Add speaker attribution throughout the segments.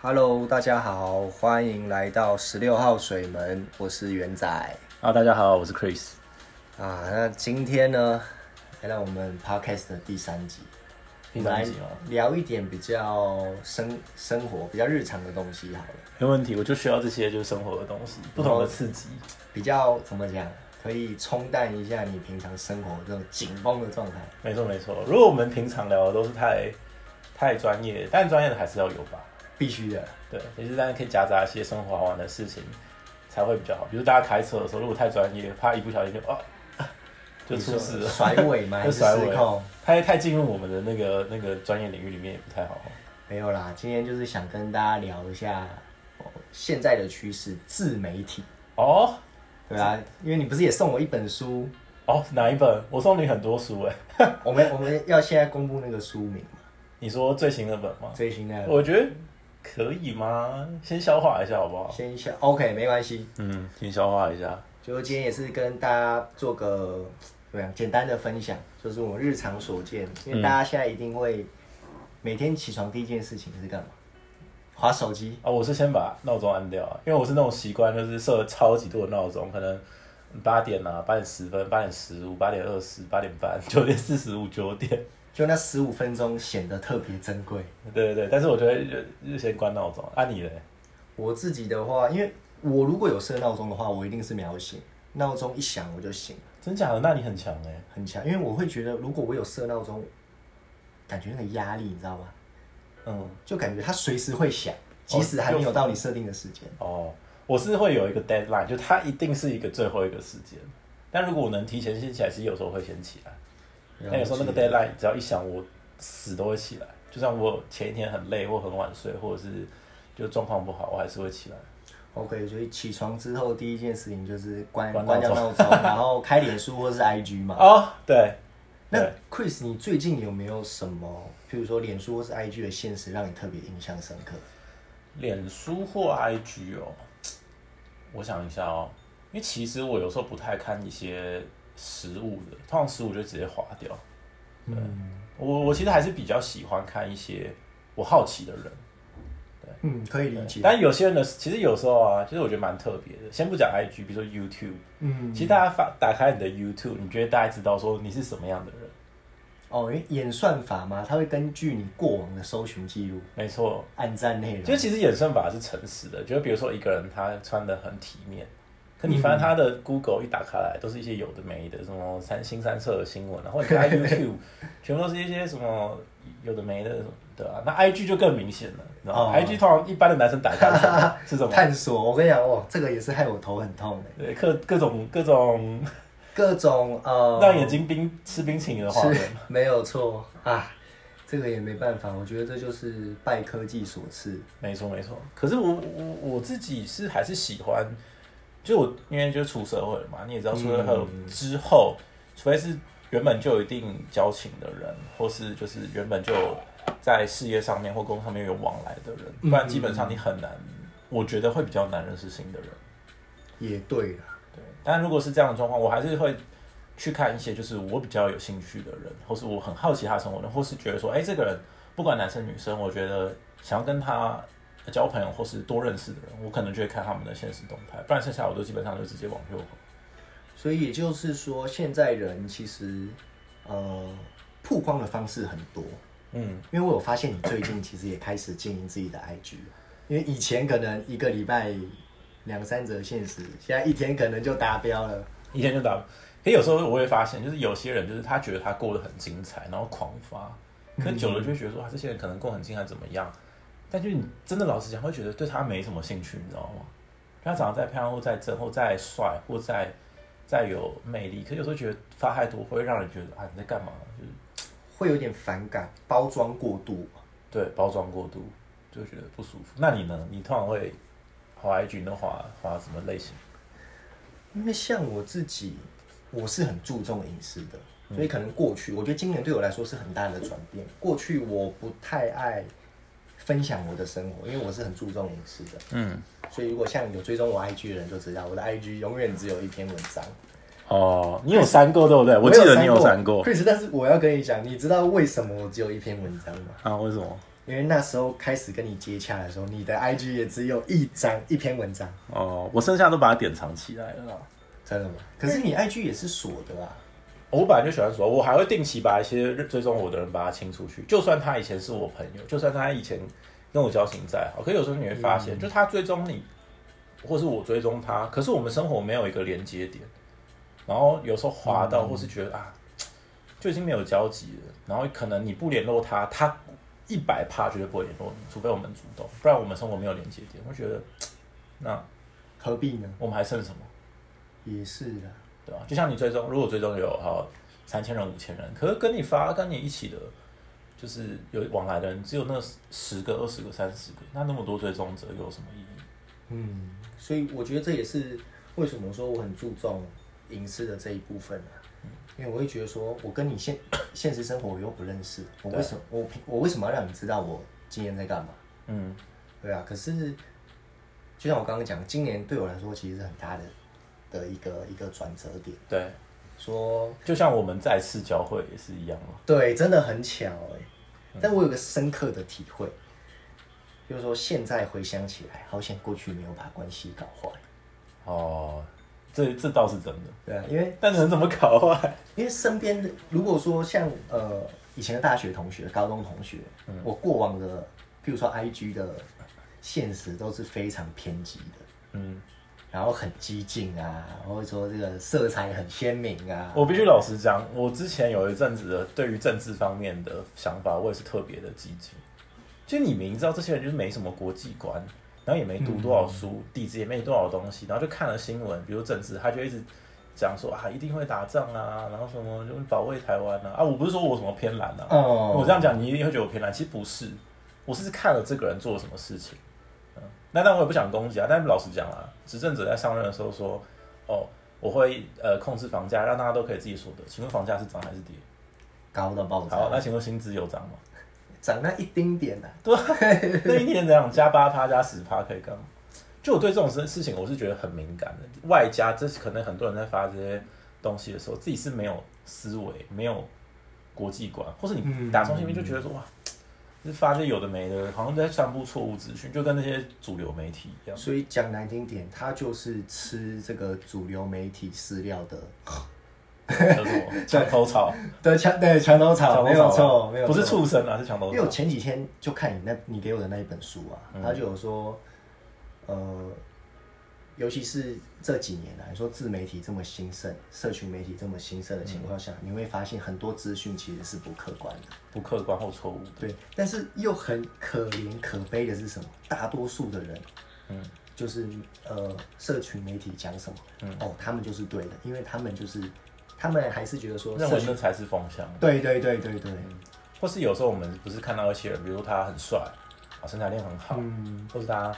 Speaker 1: Hello，大家好，欢迎来到十六号水门，我是元仔
Speaker 2: 啊，大家好，我是 Chris。
Speaker 1: 啊。那今天呢，来到我们 Podcast 的第三集，
Speaker 2: 第三集
Speaker 1: 我
Speaker 2: 哦
Speaker 1: 们来聊一点比较生生活、比较日常的东西好了，
Speaker 2: 没问题，我就需要这些就是生活的东西，不同的刺激。
Speaker 1: 比较怎么讲，可以冲淡一下你平常生活这种紧绷的状态。
Speaker 2: 没错没错，如果我们平常聊的都是太太专业，但专业的还是要有吧。
Speaker 1: 必须的，
Speaker 2: 对，其实但是可以夹杂一些生活好玩的事情才会比较好。比如大家开车的时候，如果太专业，怕一不小心就啊啊 就出事
Speaker 1: 你说
Speaker 2: 了。
Speaker 1: 甩尾 吗？还是
Speaker 2: 就甩尾
Speaker 1: 失控？
Speaker 2: 太太进入我们的那个那个专业领域里面也不太好。
Speaker 1: 没有啦，今天就是想跟大家聊一下、哦、现在的趋势，自媒体。
Speaker 2: 哦
Speaker 1: 对啊，因为你不是也送我一本书？
Speaker 2: 哦，哪一本？我送你很多书哎。
Speaker 1: 我们我们要现在公布那个书名嘛？
Speaker 2: 你说最新的本吗？
Speaker 1: 最新的
Speaker 2: 我觉得可以吗？先消化一下好不好？
Speaker 1: 先下 OK 没关系，
Speaker 2: 嗯，先消化一下。
Speaker 1: 就今天也是跟大家做个怎么样简单的分享，就是我们日常所见，因为大家现在一定会每天起床第一件事情是干嘛？划手机。
Speaker 2: 啊、我是先把闹钟按掉啊，因为我是那种习惯，就是设超级多的闹钟，可能八点啊、八点十分、八点十五、八点二十、八点半、 九点四十五、九点，
Speaker 1: 就那十五分钟显得特别珍贵。
Speaker 2: 对对对。但是我觉得就就先关闹钟。啊，你嘞？
Speaker 1: 我自己的话，因为我如果有设闹钟的话，我一定是秒醒，闹钟一响我就醒了，
Speaker 2: 真假的？那你很强哎、
Speaker 1: 很强。因为我会觉得，如果我有设闹钟，感觉那个压力，你知道吗？
Speaker 2: 嗯，
Speaker 1: 就感觉它随时会响，即使还没有到你设定的时间。
Speaker 2: 哦，我是会有一个 deadline，就它一定是一个最后一个时间。但如果我能提前先起来，其实有时候会先起来。
Speaker 1: 啊
Speaker 2: 但哦哎有时候那个 deadline 只要一响，我死都会起来。就算我前一天很累或很晚睡，或者是就状况不好，我还是会起来。
Speaker 1: OK，所以起床之后第一件事情就是关
Speaker 2: 关
Speaker 1: 关掉
Speaker 2: 闹
Speaker 1: 闹钟，然后开脸书或是 IG 嘛。
Speaker 2: 哦，对，
Speaker 1: 那
Speaker 2: 对，
Speaker 1: Chris，你最近有没有什么，譬如说脸书或是 IG 的现实让你特别印象深刻？
Speaker 2: 脸书或 IG 哦，我想一下哦，因为其实我有时候不太看一些实物的，通常实物就直接划掉。
Speaker 1: 嗯
Speaker 2: 我我其实还是比较喜欢看一些我好奇的人，
Speaker 1: 嗯，可以理解。
Speaker 2: 但有些人的其实有时候啊，其实我觉得蛮特别的。先不讲 IG，比如说 YouTube，
Speaker 1: 嗯，
Speaker 2: 其实大家发打开你的 YouTube，你就会大概知道说你是什么样的人。
Speaker 1: 哦，因为演算法嘛，它会根据你过往的搜寻记录、
Speaker 2: 没错，
Speaker 1: 按赞内容，
Speaker 2: 就其实演算法是诚实的，就比如说一个人他穿的很体面，可你翻他的 Google 一打开来，都是一些有的没的，什么三新三色的新闻，然后你看 YouTube，全部都是一些什么有的没的，对啊，那 IG 就更明显了，然后、
Speaker 1: 哦
Speaker 2: IG 通常一般的男生打开是什么是什么？
Speaker 1: 探索。我跟你讲，哦，这个也是害我头很痛的，
Speaker 2: 对，各各种各种
Speaker 1: 各种呃，
Speaker 2: 让眼睛冰吃冰淇淋的画面
Speaker 1: 是，没有错啊，这个也没办法，我觉得这就是拜科技所赐。
Speaker 2: 没错没错，可是我我我自己是还是喜欢，就我因为就出社会了嘛，你也知道出社会之后，除非是原本就有一定交情的人，或是就是原本就在事业上面或工作上面有往来的人，不然基本上你很难，我觉得会比较难认识新的人。
Speaker 1: 也对啦，
Speaker 2: 对，但如果是这样的状况，我还是会去看一些就是我比较有兴趣的人，或是我很好奇他的生活的人，或是觉得说，哎、这个人不管男生女生，我觉得想要跟他交朋友或是多认识的人，我可能就会看他们的现实动态，不然剩下我都基本上就直接往右滑。
Speaker 1: 所以也就是说，现在人其实呃，曝光的方式很多，
Speaker 2: 嗯，
Speaker 1: 因为我有发现你最近其实也开始经营自己的 IG，因为以前可能一个礼拜两三则现实，现在一天可能就达标了。
Speaker 2: 以前就打，可有时候我会发现，就是有些人就是他觉得他过得很精彩，然后狂发，可久了就会觉得说，啊，这些人可能过得很精彩怎么样？但就你真的老实讲，会觉得对他没什么兴趣，你知道吗？他长得再漂亮，或再正，或再帅，或再再有魅力，可有时候觉得发太多会让人觉得啊，你在干嘛？就是
Speaker 1: 会有点反感，包装过度。
Speaker 2: 对包装过度，就觉得不舒服。那你呢？你通常会滑 IG 你都滑滑什么类型？
Speaker 1: 因为像我自己，我是很注重饮食的，所以可能过去，我觉得今年对我来说是很大的转变。过去我不太爱分享我的生活，因为我是很注重饮食的。
Speaker 2: 嗯，
Speaker 1: 所以如果像有追踪我 IG 的人就知道，我的 IG 永远只有一篇文章。
Speaker 2: 哦，你有删过对不对？我记得你有删过
Speaker 1: Chris，但是我要跟你讲，你知道为什么我只有一篇文章吗？
Speaker 2: 啊？为什么？
Speaker 1: 因为那时候开始跟你接洽的时候，你的 IG 也只有一张一篇文章，
Speaker 2: 哦，我剩下都把它典藏起来了啦。
Speaker 1: 真的吗？可是你 IG 也是锁的啊，
Speaker 2: 我本来就喜欢说，我还会定期把一些追踪我的人把他清出去。就算他以前是我朋友，就算他以前跟我交情再好，可是有时候你会发现，就他追踪你，或是我追踪他，可是我们生活没有一个连接点。然后有时候滑到，或是觉得啊，就已经没有交集了。然后可能你不联络他，他一百趴绝对不会联络你，除非我们主动，不然我们生活没有连接点。我觉得，那
Speaker 1: 何必呢？
Speaker 2: 我们还剩什么？
Speaker 1: 也是啊，
Speaker 2: 对吧、就像你追踪，如果追踪有好三千人、五千人，可是跟你发、跟你一起的，就是有往来的人，只有那十个、二十个、三十个，那那么多追踪者有什么意义？
Speaker 1: 嗯，所以我觉得这也是为什么说我很注重隐私的这一部分啊，因为我会觉得说，我跟你现 现实生活我又不认识，我为什么我凭我为什么要让你知道我今天在干嘛？
Speaker 2: 嗯，
Speaker 1: 对啊，可是就像我刚刚讲，今年对我来说其实是很大的的一个一个转折点，
Speaker 2: 对，
Speaker 1: 说
Speaker 2: 就像我们再次交汇也是一样嘛。
Speaker 1: 对，真的很巧哎、但我有个深刻的体会，就是说现在回想起来，好险过去没有把关系搞坏。
Speaker 2: 哦，这这倒是真的，
Speaker 1: 对啊，因为
Speaker 2: 但人怎么搞啊坏？
Speaker 1: 因为身边的，如果说像呃以前的大学同学、高中同学，我过往的，譬如说 IG 的现实都是非常偏激的，
Speaker 2: 嗯，
Speaker 1: 然后很激进啊，或者说这个色彩很鲜明啊。
Speaker 2: 我必须老实讲，我之前有一阵子的对于政治方面的想法，我也是特别的激进。就你明知道这些人就是没什么国际观，然后也没读多少书，底子也没多少东西，然后就看了新闻，比如政治，他就一直讲说啊一定会打仗啊，然后什么就保卫台湾啊啊！我不是说我什么偏蓝啊，
Speaker 1: 哦
Speaker 2: 我这样讲你一定会觉得我偏蓝，其实不是，我是看了这个人做了什么事情。嗯，那但我也不想攻击啊，但老实讲啊，执政者在上任的时候说，哦，我会呃控制房价，让大家都可以自己所得。请问房价是涨还是跌？
Speaker 1: 高到爆
Speaker 2: 好，
Speaker 1: 炸，
Speaker 2: 那请问薪资有涨吗？
Speaker 1: 长那一丁点啊，
Speaker 2: 那一年怎样加八趴加十趴可以干嘛？就我对这种事事情，我是觉得很敏感的。外加这是可能很多人在发这些东西的时候，自己是没有思维、没有国际观，或是
Speaker 1: 嗯
Speaker 2: 你打从心里就觉得说、哇，这发这些有的没的，好像在散布错误资讯，就跟那些主流媒体 一样。
Speaker 1: 所以讲难听点，他就是吃这个主流媒体饲料的
Speaker 2: 叫什么墙头草？
Speaker 1: 的墙对墙头
Speaker 2: 墙
Speaker 1: 草，
Speaker 2: 头
Speaker 1: 没
Speaker 2: 草
Speaker 1: 有
Speaker 2: 啊
Speaker 1: 错，没有
Speaker 2: 不是
Speaker 1: 错
Speaker 2: 畜生啊，是墙头
Speaker 1: 因为我
Speaker 2: 草。
Speaker 1: 前几天就看你那你给我的那一本书啊，
Speaker 2: 嗯
Speaker 1: 他就有说，呃，尤其是这几年啊来、你说自媒体这么兴盛，社群媒体这么兴盛的情况
Speaker 2: 嗯
Speaker 1: 下，你会发现很多资讯其实是不客观的。
Speaker 2: 不客观或错误的。
Speaker 1: 对，但是又很可怜可悲的是什么？大多数的人，
Speaker 2: 嗯，
Speaker 1: 就是呃，社群媒体讲什么，
Speaker 2: 嗯
Speaker 1: 哦，他们就是对的，因为他们就是他们还是觉得说
Speaker 2: 认
Speaker 1: 社
Speaker 2: 为
Speaker 1: 群，
Speaker 2: 那才是嗯风向。啊
Speaker 1: 对对对对对，
Speaker 2: 或是有时候我们不是看到一些人，比如说他很帅，啊，身材练很好，
Speaker 1: 嗯
Speaker 2: 或是他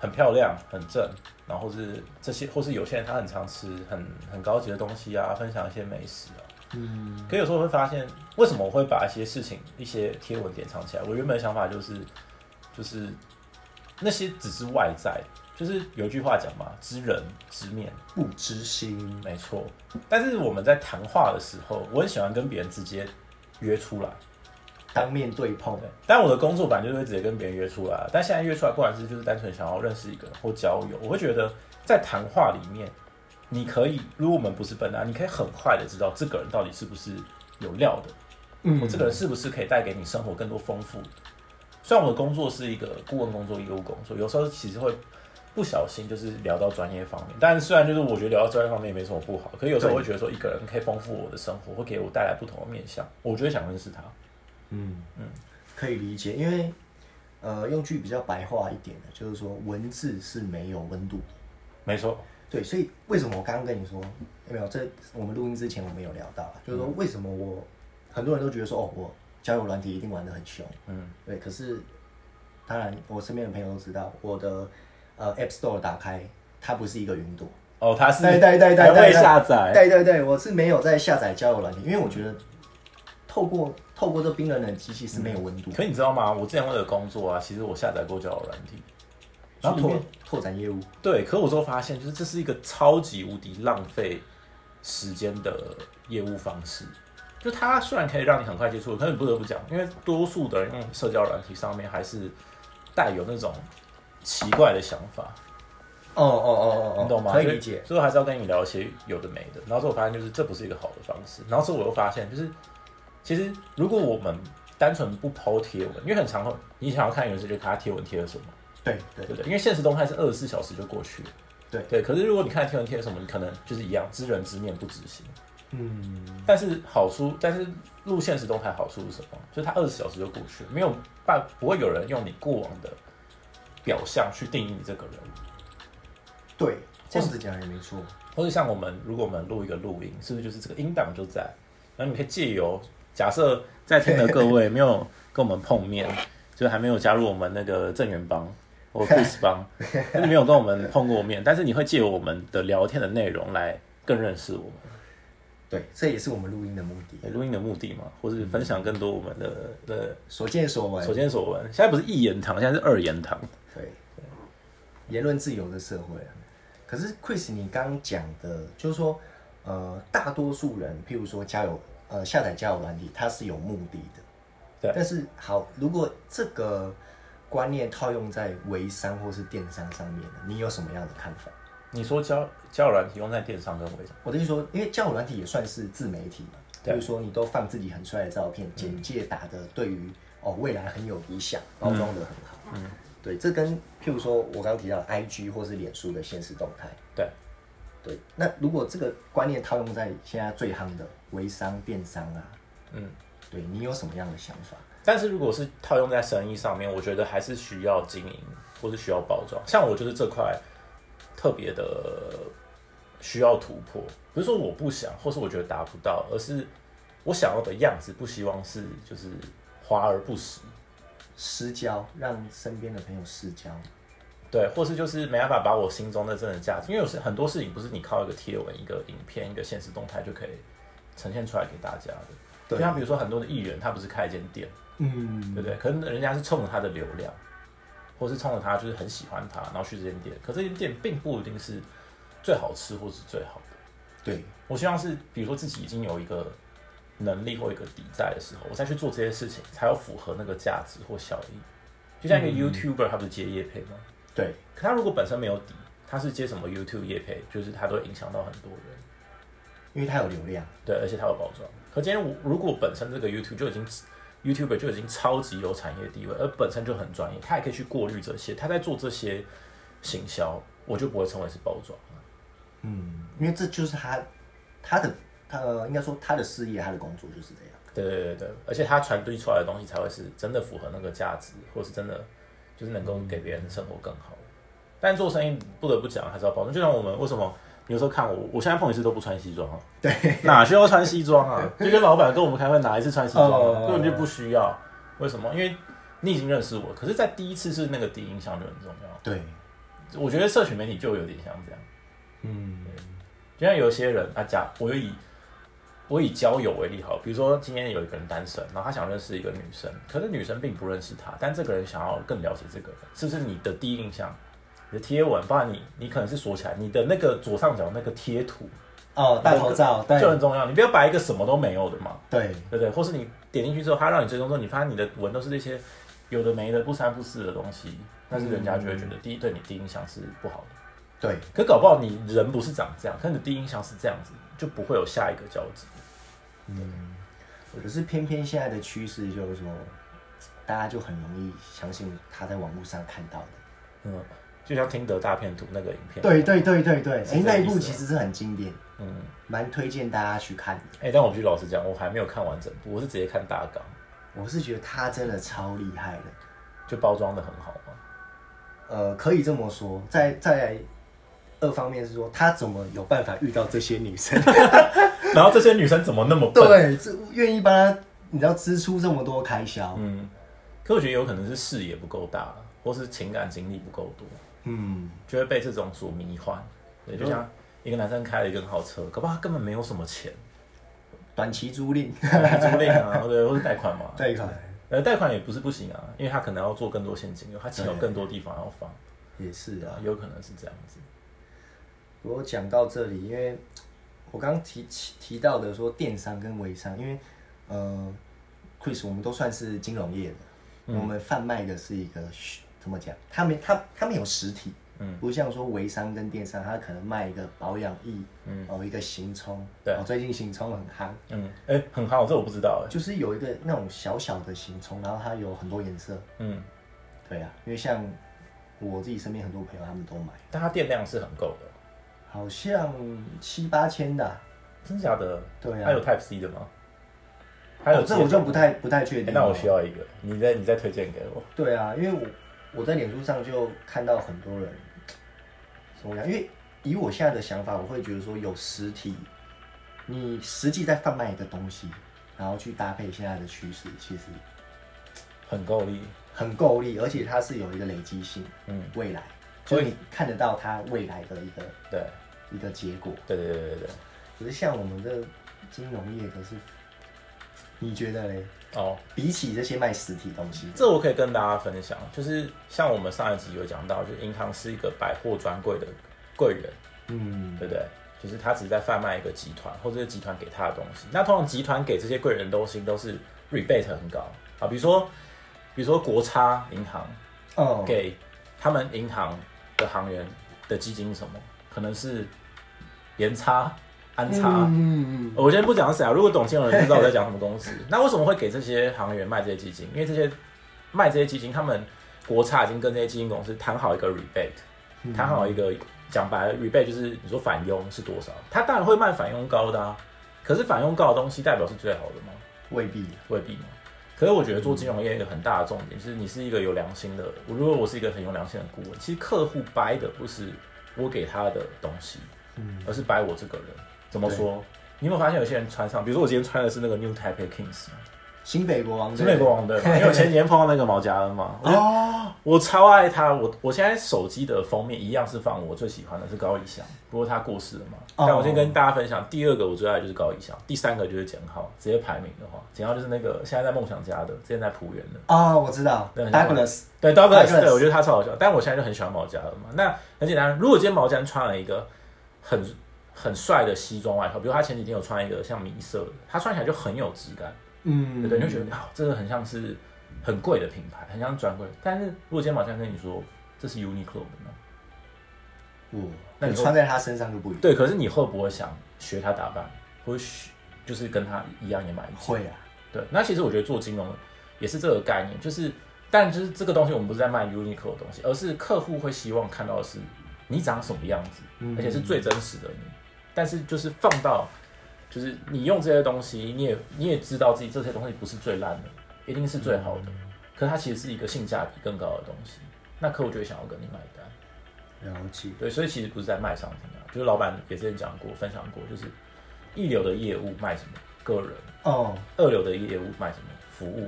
Speaker 2: 很漂亮、很正，然后是这些，或是有些人他很常吃很很高级的东西啊，分享一些美食啊。
Speaker 1: 嗯，
Speaker 2: 可有时候会发现，为什么我会把一些事情、一些贴文典藏起来？我原本的想法就是，就是那些只是外在，就是有一句话讲嘛，知人知面。
Speaker 1: 不知心。
Speaker 2: 没错，但是我们在谈话的时候，我很喜欢跟别人直接约出来。
Speaker 1: 当面对碰
Speaker 2: 对，但我的工作本来就是会直接跟别人约出来，但现在约出来，不管是就是单纯想要认识一个人或交友，我会觉得在谈话里面，你可以，如果我们不是笨蛋，你可以很快的知道这个人到底是不是有料的，
Speaker 1: 嗯
Speaker 2: 我这个人是不是可以带给你生活更多丰富？虽然我的工作是一个顾问工作、业务工作，有时候其实会不小心就是聊到专业方面，但虽然就是我觉得聊到专业方面也没什么不好，可是有时候我会觉得说一个人可以丰富我的生活，会给我带来不同的面向，我就会想认识他。
Speaker 1: 嗯嗯，可以理解，因为呃，用句比较白话一点的，就是说文字是没有温度的。
Speaker 2: 没错，
Speaker 1: 对，所以为什么我刚刚跟你说有没有？这我们录音之前我们有聊到啊，就是说为什么我很多人都觉得说哦，我交友软体一定玩的很凶，
Speaker 2: 嗯。
Speaker 1: 对，可是当然我身边的朋友都知道，哦我的呃 App Store 打开它不是一个云朵，哎
Speaker 2: 哦，它是
Speaker 1: 对对对对
Speaker 2: 还
Speaker 1: 对
Speaker 2: 未下载，
Speaker 1: 对对对，我是没有在下载交友软体，因为我觉得透过透过这冰冷的机器是没有温度的。
Speaker 2: 可你知道吗？我之前为了工作啊，其实我下载过交友软体，然后
Speaker 1: 拓
Speaker 2: 拓
Speaker 1: 拓展业务，
Speaker 2: 对，可我之后发现，就是这是一个超级无敌浪费时间的业务方式。就它虽然可以让你很快接触，可是你不得不讲，因为多数的人用社交软体上面还是带有那种奇怪的想法，
Speaker 1: 哦哦哦哦，
Speaker 2: 你懂吗？
Speaker 1: 可以理解。
Speaker 2: 所以，所以我还是要跟你聊一些有的没的。然后之后我发现，就是这不是一个好的方式。然后之后我又发现，就是其实如果我们单纯不抛贴文，因为很常会你想要看有人就看他贴文贴了什么，
Speaker 1: 对对
Speaker 2: 对不对？因为现实动态是二十四小时就过去了。
Speaker 1: 对
Speaker 2: 对，可是如果你看贴文贴了什么，你可能就是一样知人知面不知心。
Speaker 1: 嗯，
Speaker 2: 但是好处，但是录现实动态好处是什么？就是它二十小时就过去了，没有办不会有人用你过往的表象去定义你这个人。
Speaker 1: 对，这样子讲也没错。
Speaker 2: 或者像我们，如果我们录一个录音，是不是就是这个音档就在？然后你可以借由假设在听的各位没有跟我们碰面，就是还没有加入我们那个正源帮或 Chris 帮，就是没有跟我们碰过面，但是你会借由我们的聊天的内容来更认识我们
Speaker 1: 对，这也是我们录音的目的，
Speaker 2: 对录音的目的嘛，或是分享更多我们的的
Speaker 1: 所见所闻
Speaker 2: 所。见所闻。现在不是一言堂，现在是二言堂。
Speaker 1: 对，言论自由的社会啊。可是 Chris，你刚讲的，就是说，呃，大多数人，譬如说交友，呃，下载交友软体，它是有目的的。
Speaker 2: 对
Speaker 1: 但是好，如果这个观念套用在微商或是电商上面呢，你有什么样的看法？
Speaker 2: 你说交交友软体用在电商跟微商，
Speaker 1: 我的意思说，因为交友软体也算是自媒体嘛，比
Speaker 2: 对
Speaker 1: 如说你都放自己很帅的照片，简介打的对于哦未来很有理想，包装的很好，嗯，对，这跟譬如说我刚刚提到的 IG 或是脸书的现实动态，
Speaker 2: 对，
Speaker 1: 对，那如果这个观念套用在现在最夯的微商、电商啊，
Speaker 2: 嗯。
Speaker 1: 对你有什么样的想法？
Speaker 2: 但是如果是套用在生意上面，我觉得还是需要经营或是需要包装。像我就是这块特别的需要突破，不是说我不想，或是我觉得达不到，而是我想要的样子，不希望是就是华而不实，
Speaker 1: 私交，让身边的朋友私交，
Speaker 2: 对，或是就是没办法把我心中的真的价值，因为有时很多事情不是你靠一个贴文、一个影片、一个现实动态就可以呈现出来给大家的。就
Speaker 1: 对
Speaker 2: 像比如说很多的艺人，他不是开一间店，
Speaker 1: 嗯，
Speaker 2: 对不对？可能人家是冲着他的流量，或是冲着他就是很喜欢他，然后去这间店。可这间店并不一定是最好吃或是最好的。
Speaker 1: 对，
Speaker 2: 我希望是，比如说自己已经有一个能力或一个底在的时候，我再去做这些事情，才有符合那个价值或效益。就像一个 YouTuber，他不是接业配吗？
Speaker 1: 对，
Speaker 2: 可他如果本身没有底，他是接什么 YouTube 业配，就是他都会影响到很多人。
Speaker 1: 因为他有流量，
Speaker 2: 对，而且它有包装。可今天我如果本身这个 YouTube 就已经 YouTuber 就已经超级有产业地位，而本身就很专业，他也可以去过滤这些，他在做这些行销，我就不会称为是包装了。
Speaker 1: 嗯，因为这就是他他的他呃，应该说他的事业，他的工作就是这样。
Speaker 2: 对对对对，而且他传递出来的东西才会是真的符合那个价值，或是真的就是能够
Speaker 1: 嗯
Speaker 2: 给别人生活更好。但做生意不得不讲还是要包装，就像我们为什么有时候看我，我现在碰一次都不穿西装啊，
Speaker 1: 对，
Speaker 2: 哪需要穿西装 啊？就跟老板跟我们开会，哪一次穿西装、啊？
Speaker 1: 哦
Speaker 2: 根本就不需要。为什么？因为你已经认识我，可是，在第一次是那个第一印象就很重要。
Speaker 1: 对，
Speaker 2: 我觉得社群媒体就有点像这样，
Speaker 1: 嗯，
Speaker 2: 就像有些人啊，假我就以我以交友为例好了，比如说今天有一个人单身，然后他想认识一个女生，可是女生并不认识他，但这个人想要更了解这个人，是不是你的第一印象？你的贴文，包括你，你可能是锁起来，你的那个左上角那个贴图
Speaker 1: 哦，大头照，对
Speaker 2: 就很重要，你不要摆一个什么都没有的嘛。
Speaker 1: 对，
Speaker 2: 对不对？或是你点进去之后，他让你追踪之后，你发现你的文都是这些有的没的、不三不四的东西，但是人家就会觉得第一对你第一印象是不好的。
Speaker 1: 对，
Speaker 2: 可搞不好你人不是长这样，可你的第一印象是这样子，就不会有下一个交集。
Speaker 1: 可是偏偏现在的趋势就是说，大家就很容易相信他在网络上看到的。
Speaker 2: 嗯，就像听得大片图那个影片，，
Speaker 1: 对对对对对，
Speaker 2: 是这
Speaker 1: 哎，
Speaker 2: 个
Speaker 1: 那一
Speaker 2: 意思
Speaker 1: 部
Speaker 2: 吗
Speaker 1: 其实是很经典，
Speaker 2: 嗯，
Speaker 1: 蛮推荐大家去看的。
Speaker 2: 哎、但我必须老实讲，我还没有看完整部，我是直接看大纲，
Speaker 1: 我是觉得他真的超厉害的，
Speaker 2: 就包装的很好嘛。
Speaker 1: 呃，可以这么说。再再来，二方面是说他怎么有办法遇到这些女生？
Speaker 2: 然后这些女生怎么那么笨？
Speaker 1: 对，这愿意帮他，你知道支出这么多开销，
Speaker 2: 嗯，可我觉得有可能是视野不够大，或是情感经历不够多。
Speaker 1: 嗯，
Speaker 2: 就会被这种所迷幻。对，就像一个男生开了一个很好车，搞不好他根本没有什么钱，
Speaker 1: 短期租赁，
Speaker 2: 租赁 啊，对，或是贷款嘛。
Speaker 1: 贷款
Speaker 2: 呃，贷款也不是不行啊，因为他可能要做更多现金流，他钱有
Speaker 1: 对
Speaker 2: 更多地方要放，
Speaker 1: 也是
Speaker 2: 对
Speaker 1: 啊。
Speaker 2: 啊，有可能是这样子。
Speaker 1: 我讲到这里，因为我刚刚提提提到的说电商跟微商，因为呃，Chris 我们都算是金融业的，
Speaker 2: 嗯
Speaker 1: 我们贩卖的是一个虚怎么讲？他们他他们有实体，
Speaker 2: 嗯，
Speaker 1: 不像说微商跟电商，他可能卖一个保养液，
Speaker 2: 嗯，
Speaker 1: 哦一个行充，
Speaker 2: 对
Speaker 1: 哦最近行充很夯，
Speaker 2: 嗯，哎、很好，这我不知道哎、
Speaker 1: 就是有一个那种小小的行充，然后它有很多颜色，
Speaker 2: 嗯，
Speaker 1: 对啊，因为像我自己身边很多朋友他们都买，
Speaker 2: 但它电量是很够的，
Speaker 1: 好像七八千的啊、
Speaker 2: 真假的？
Speaker 1: 对啊
Speaker 2: 它有 Type C 的吗？还有、
Speaker 1: 哦这我就不太不太确
Speaker 2: 哎、
Speaker 1: 定了、
Speaker 2: 那我需要一个，你再你再推荐给我。
Speaker 1: 对啊，因为我我在脸书上就看到很多人，怎么讲？因为以我现在的想法，我会觉得说有实体，你实际在贩卖你的东西，然后去搭配现在的趋势，其实
Speaker 2: 很够力，
Speaker 1: 很够力，而且它是有一个累积性，
Speaker 2: 嗯，
Speaker 1: 未来，
Speaker 2: 所
Speaker 1: 所
Speaker 2: 以
Speaker 1: 以你看得到它未来的一个
Speaker 2: 对，
Speaker 1: 一个结果。
Speaker 2: 对对对对对。
Speaker 1: 可是像我们的金融业，可是你觉得嘞？
Speaker 2: 哦，
Speaker 1: 比起这些卖实体东西，
Speaker 2: 这我可以跟大家分享，就是像我们上一集有讲到，就是银行是一个百货专柜的贵人，
Speaker 1: 嗯，
Speaker 2: 对不对？就是他只是在贩卖一个集团或者是集团给他的东西。那通常集团给这些贵人的东西都是 rebate 很高啊，比如说比如说国差银行
Speaker 1: 哦，
Speaker 2: 给他们银行的行员的基金是什么，可能是延差、安差。
Speaker 1: 嗯嗯
Speaker 2: 我先不讲是谁啊，如果懂金融人知道我在讲什么公司。 那为什么会给这些行员卖这些基金？因为这些卖这些基金，他们国差已经跟这些基金公司谈好一个
Speaker 1: 嗯
Speaker 2: rebate，谈好一个讲白了 rebate 就是你说返佣是多少，他当然会卖返佣高的啊。可是返佣高的东西代表是最好的吗？
Speaker 1: 未必。
Speaker 2: 未必嘛。可是我觉得做金融业一个很大的重点，就是你是一个有良心的。我如果我是一个很有良心的顾问，其实客户掰的不是我给他的东西，
Speaker 1: 嗯
Speaker 2: 而是掰我这个人。怎么说？你有没有发现有些人穿上，比如说我今天穿的是那个 New Taipei Kings，
Speaker 1: 新北国王
Speaker 2: 是
Speaker 1: 队，
Speaker 2: 美国王队嘛， 因为我前几天碰到那个毛家恩 嘛，我
Speaker 1: 哦，
Speaker 2: 我超爱他。我我现在手机的封面一样是放我最喜欢的是高以翔，不过他过世了嘛。
Speaker 1: 哦
Speaker 2: 但我先跟大家分享，第二个我最爱的就是高以翔，第三个就是简浩。直接排名的话，简浩就是那个现在在梦想家的，之前在浦原的。
Speaker 1: 哦，我知道
Speaker 2: 对很
Speaker 1: ，Douglas，
Speaker 2: 对 Douglas，
Speaker 1: Douglas
Speaker 2: 对我觉得他超好笑，但我现在就很喜欢毛家了嘛。那很简单，如果今天毛家穿了一个很很帅的西装外套，比如他前几天有穿一个像米色的，他穿起来就很有质感，对
Speaker 1: 嗯
Speaker 2: 不对？你就觉得啊，这个很像是很贵的品牌，很像专柜。但是如果今天毛家跟你说这是 Uniqlo 的呢，
Speaker 1: 我
Speaker 2: 那你
Speaker 1: 你哦穿在他身上就不一样，
Speaker 2: 对，可是你会不会想学他打扮，或许就是跟他一样也买一件？
Speaker 1: 会啊，
Speaker 2: 对，那其实我觉得做金融也是这个概念，就是，但就是这个东西我们不是在卖 Uniqlo 的东西，而是客户会希望看到的是你长什么样子，
Speaker 1: 嗯
Speaker 2: 而且是最真实的你。但是就是放到，就是你用这些东西，你也你也知道自己这些东西不是最烂的，一定是最好的，可它其实是一个性价比更高的东西，那客户就会想要跟你买单。
Speaker 1: 嗯了解，
Speaker 2: 对，所以其实不是在卖商品啊，就是老板也之前讲过、分享过，就是一流的业务卖什么，个人。
Speaker 1: 哦，
Speaker 2: 二流的业务卖什么服务，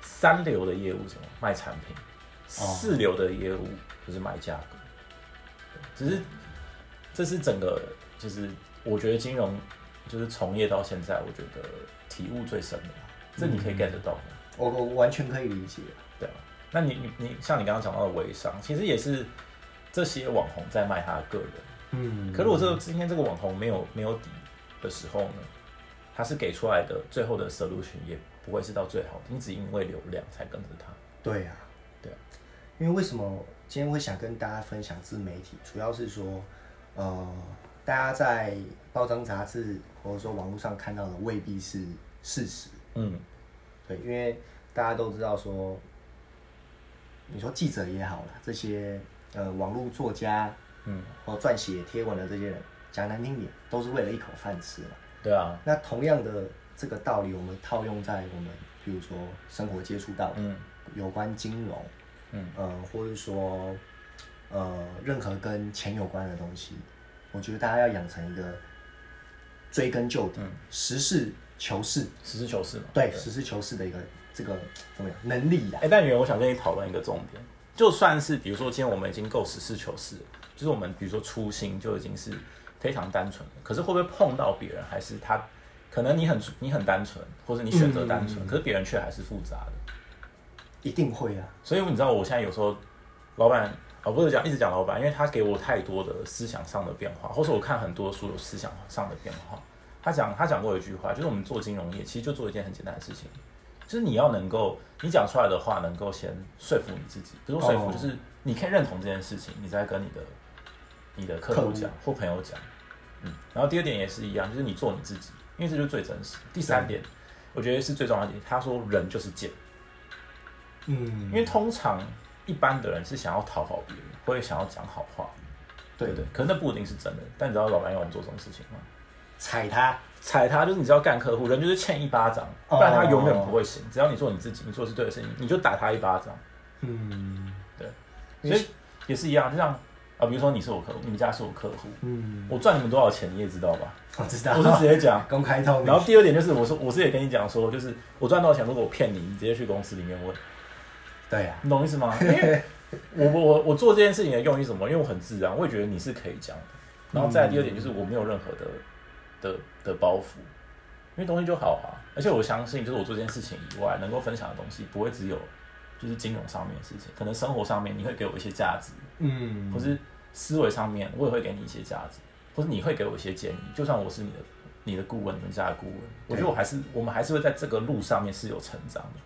Speaker 2: 三流的业务什么卖产品，四流的业务就是卖价格。只是这是整个就是我觉得金融就是从业到现在，我觉得体悟最深的啦，这你可以 get 得到吗？
Speaker 1: 我我完全可以理解，
Speaker 2: 对啊，那你你你像你刚刚讲到的微商，其实也是这些网红在卖他的个人。
Speaker 1: 嗯
Speaker 2: 可如果这个今天这个网红没有没有底的时候呢，他是给出来的最后的 solution 也不会是到最好的，你只因为流量才跟着他。
Speaker 1: 对啊，
Speaker 2: 对啊，
Speaker 1: 因为为什么今天会想跟大家分享自媒体，主要是说，呃，大家在包装杂志或者说网络上看到的未必是事实，
Speaker 2: 嗯，
Speaker 1: 对，因为大家都知道说，你说记者也好啦，这些呃网络作家，
Speaker 2: 嗯，
Speaker 1: 或撰写贴文的这些人，讲难听点，都是为了一口饭吃嘛。
Speaker 2: 对啊，
Speaker 1: 那同样的这个道理，我们套用在我们比如说生活接触到的
Speaker 2: 嗯
Speaker 1: 有关金融，
Speaker 2: 嗯，
Speaker 1: 呃，或者说呃任何跟钱有关的东西，我觉得大家要养成一个追根究底、
Speaker 2: 嗯
Speaker 1: 实事求是
Speaker 2: 实事求是嘛。
Speaker 1: 对，实事求是的一个这个怎么样能力呀、
Speaker 2: 哎、但圆，我想跟你讨论一个重点，就算是比如说今天我们已经够实事求是了，就是我们比如说初心就已经是非常单纯了，可是会不会碰到别人，还是他可能你很你很单纯，或者你选择单纯，可是别人却还是复杂的。
Speaker 1: 一定会啊。
Speaker 2: 所以你知道，我现在有时候，老板我不是讲一直讲老板，因为他给我太多的思想上的变化，或是我看很多书有思想上的变化。他讲他讲过一句话，就是我们做金融业其实就做一件很简单的事情，就是你要能够你讲出来的话能够先说服你自己，不是说服，
Speaker 1: 哦
Speaker 2: 就是你可以认同这件事情，你再跟你的你的客
Speaker 1: 客
Speaker 2: 户
Speaker 1: 户
Speaker 2: 讲或朋友讲。嗯，然后第二点也是一样，就是你做你自己，因为这就是最真实。第三点，我觉得是最重要的一点，他说人就是贱。
Speaker 1: 嗯，
Speaker 2: 因为通常一般的人是想要讨好别人，或者想要讲好话，对
Speaker 1: 对
Speaker 2: 不对？可能那不一定是真的。但你知道老板要我们做这种事情吗？
Speaker 1: 踩他，
Speaker 2: 踩他就是你知道干客户，人就是欠一巴掌，不然他永远不会行。只要你做你自己，你做的是对的事情，你就打他一巴掌。
Speaker 1: 嗯，
Speaker 2: 所以也是一样，就像啊，比如说你是我客户，你们家是我客户，
Speaker 1: 嗯，
Speaker 2: 我赚你们多少钱你也知道吧？
Speaker 1: 我知道，
Speaker 2: 我是直接讲。
Speaker 1: 公开透明，
Speaker 2: 然后第二点就是，我说我是也跟你讲说，就是我赚到钱，如果我骗你，你直接去公司里面问，
Speaker 1: 对啊，
Speaker 2: 你懂我意思吗？因为我我我我做这件事情的用意是什么？因为我很自然，我也觉得你是可以讲的。然后再来第二点就是我没有任何的的的包袱，因为东西就好啊。而且我相信，就是我做这件事情以外，能够分享的东西不会只有就是金融上面的事情，可能生活上面你会给我一些价值，
Speaker 1: 嗯
Speaker 2: 或是思维上面我也会给你一些价值，或是你会给我一些建议。就算我是你的你的顾问，你们家的顾问，我觉得我还是我们还是会在这个路上面是有成长的。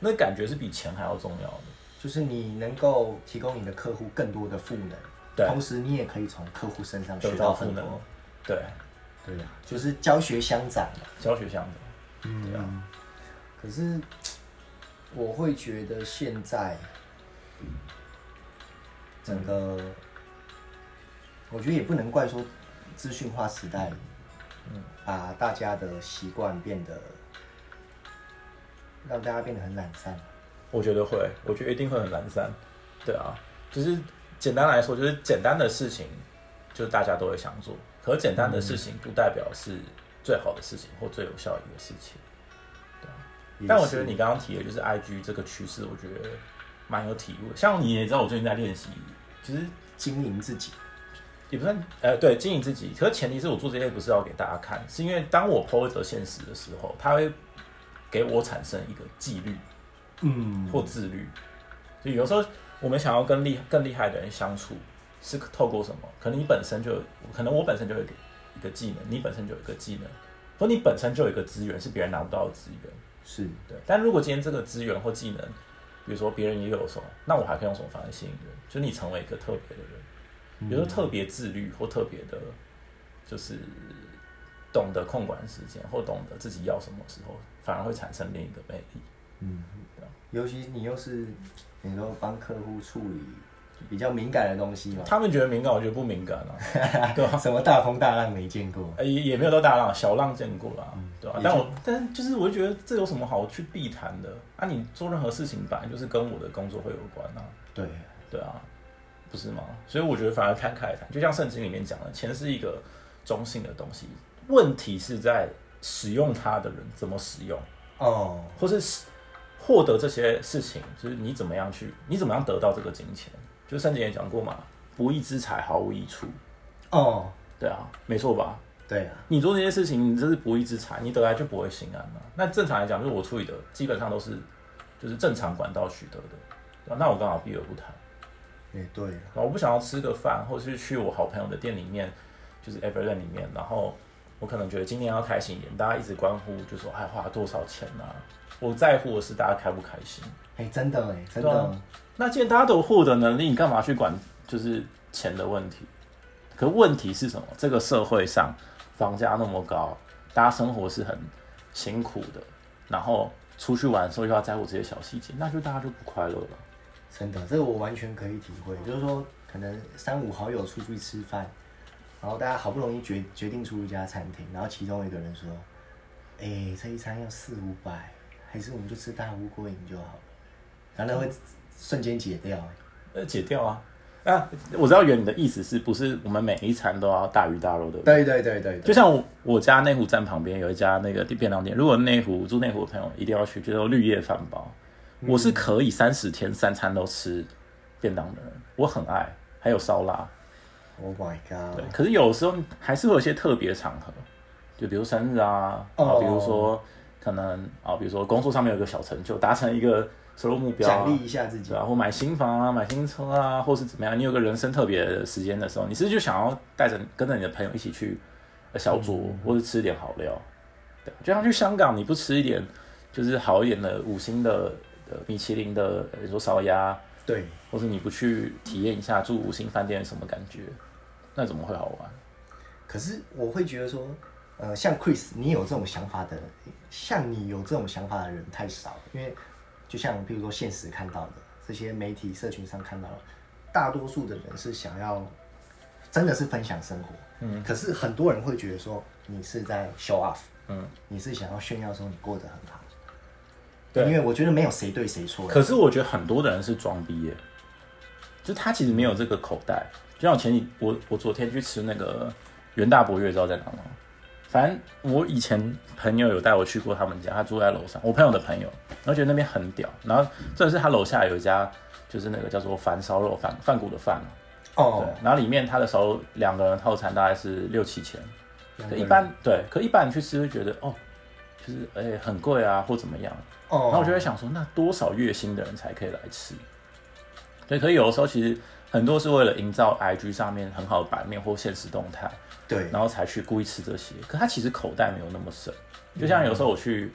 Speaker 2: 那感觉是比钱还要重要的。
Speaker 1: 就是你能够提供你的客户更多的赋能，
Speaker 2: 对
Speaker 1: 同时你也可以从客户身上
Speaker 2: 得
Speaker 1: 学
Speaker 2: 到
Speaker 1: 到
Speaker 2: 赋
Speaker 1: 很
Speaker 2: 能
Speaker 1: 多，。
Speaker 2: 对，
Speaker 1: 对啊，就是教学相长嘛。
Speaker 2: 教学项的，
Speaker 1: 对
Speaker 2: 对啊
Speaker 1: 啊，可是我会觉得现在整个，我觉得也不能怪说资讯化时代，
Speaker 2: 嗯
Speaker 1: 把大家的习惯变得让大家变得很懒散。
Speaker 2: 我觉得会，我觉得一定会很懒散。对啊，就是简单来说，就是简单的事情，就是大家都会想做。可是简单的
Speaker 1: 嗯
Speaker 2: 事情不代表是最好的事情或最有效益的事情。
Speaker 1: 也
Speaker 2: 但我
Speaker 1: 是
Speaker 2: 觉得你刚刚提的就是 IG 这个趋势，我觉得蛮有体悟的。像你也知道，我最近在练习，其实
Speaker 1: 经营自己，
Speaker 2: 也不算，呃，对，经营自己。可是前提是我做这些不是要给大家看，是因为当我 PO 一则现实的时候，它会给我产生一个纪律。
Speaker 1: 嗯
Speaker 2: 或自律。就有时候我们想要跟厉更厉害的人相处，是透过什么？可能你本身就有，可能我本身就有一个一个技能，你本身就有一个技能，或你本身就有一个资源是别人拿不到的资源。
Speaker 1: 是
Speaker 2: 对，但如果今天这个资源或技能，比如说别人也有什么，那我还可以用什么方式吸引人？就你成为一个特别的人，比如说
Speaker 1: 嗯
Speaker 2: 特别自律或特别的，就是懂得控管时间或懂得自己要什么时候，反而会产生另一个魅力。
Speaker 1: 尤其你又是你说帮客户处理比较敏感的东西 嘛，
Speaker 2: 他们觉得敏感，我觉得不敏感啊。
Speaker 1: 什么大风大浪没见过，
Speaker 2: 呃，也也没有到大浪，小浪见过啦，对吧、
Speaker 1: 嗯也
Speaker 2: 但
Speaker 1: 就
Speaker 2: 我但就是我觉得这有什么好去避谈的？啊，你做任何事情本来就是跟我的工作会有关啊，
Speaker 1: 对，
Speaker 2: 对啊，不是吗？所以我觉得反而摊开来谈，就像圣经里面讲的，钱是一个中性的东西，问题是在使用它的人怎么使用，
Speaker 1: 哦，
Speaker 2: 或是使获得这些事情，就是你怎么样去，你怎么样得到这个金钱？就圣经也讲过嘛，不义之财毫无益处，
Speaker 1: 哦，
Speaker 2: 对啊，没错吧？
Speaker 1: 对啊，
Speaker 2: 你做这些事情，你这是不义之财，你得来就不会心安嘛。那正常来讲，就是我处理的基本上都是就是正常管道取得的，对吧那我刚好避而不谈。
Speaker 1: 也哎对啊了，
Speaker 2: 我不想要吃个饭，或是去我好朋友的店里面，就是 Everland 里面，然后我可能觉得今年要开心一点，大家一直关乎就说哎花多少钱啊，我在乎的是大家开不开心。
Speaker 1: 哎、真的哎，真
Speaker 2: 对
Speaker 1: 的
Speaker 2: 啊，那既然大家都有获得能力，你干嘛去管就是钱的问题？可问题是什么？这个社会上房价那么高，大家生活是很辛苦的，然后出去玩的时候又要在乎这些小细节，那就大家就不快乐了。
Speaker 1: 真的，这个我完全可以体会，就是说，可能三五好友出去吃饭，然后大家好不容易决决定出一家餐厅，然后其中一个人说，哎、这一餐要四五百，还是我们就吃大乌龟饮就好了，然后那会瞬间解掉，
Speaker 2: 那解掉啊！啊，我知道原你的意思是不是我们每一餐都要大鱼大肉的？
Speaker 1: 对对对对
Speaker 2: 就
Speaker 1: 对，
Speaker 2: 像我我家内湖站旁边有一家那个便当店，如果内湖住内湖的朋友一定要去，就是绿叶饭包。
Speaker 1: 嗯
Speaker 2: 我是可以三十天三餐都吃便当的人，我很爱，还有烧腊。
Speaker 1: ，Oh my
Speaker 2: 对
Speaker 1: god，，
Speaker 2: 可是有时候还是会有一些特别场合，就比如生日啊，啊、
Speaker 1: 哦
Speaker 2: 比如说可能啊、比如说工作上面有一个小成就，达成一个收入目标、啊，
Speaker 1: 奖励一下自己
Speaker 2: 对。啊，或买新房啊，买新车啊，或是怎么样，你有个人生特别的时间的时候，你是不是就想要带着跟着你的朋友一起去呃小酌，或者吃点好料？对，就像去香港，你不吃一点就是好一点的五星的呃米其林的，呃比如说烧鸭，
Speaker 1: 对，
Speaker 2: 或是你不去体验一下住五星饭店是什么感觉，那怎么会好玩？
Speaker 1: 可是我会觉得说，呃，像 Chris，你有这种想法的，像你有这种想法的人太少了，因为就像比如说现实看到的，这些媒体社群上看到的，大多数的人是想要真的是分享生活，嗯，可是很多人会觉得说你是在 show off，
Speaker 2: 嗯，
Speaker 1: 你是想要炫耀说你过得很好，
Speaker 2: 对
Speaker 1: 因为我觉得没有谁对谁错，
Speaker 2: 可是我觉得很多的人是装逼耶，就他其实没有这个口袋。就像我前几我我昨天去吃那个袁大伯月，知道在哪吗？反正我以前朋友有带我去过他们家，他住在楼上，我朋友的朋友，然后觉得那边很屌。然后这是他楼下有一家，就是那个叫做饭烧肉饭饭骨的饭，对
Speaker 1: 哦，。
Speaker 2: 然后里面他的烧肉两个人套餐大概是六七千，
Speaker 1: 两
Speaker 2: 可
Speaker 1: 个
Speaker 2: 一
Speaker 1: 人
Speaker 2: 般对，可一般你去吃会觉得哦，就是哎、很贵啊或怎么样，
Speaker 1: 哦，
Speaker 2: 然后我就在想说，那多少月薪的人才可以来吃？对，可以有的时候其实很多是为了营造 IG 上面很好的版面或现实动态，
Speaker 1: 对，
Speaker 2: 然后才去故意吃这些。可他其实口袋没有那么深，
Speaker 1: 嗯
Speaker 2: 就像有时候我去，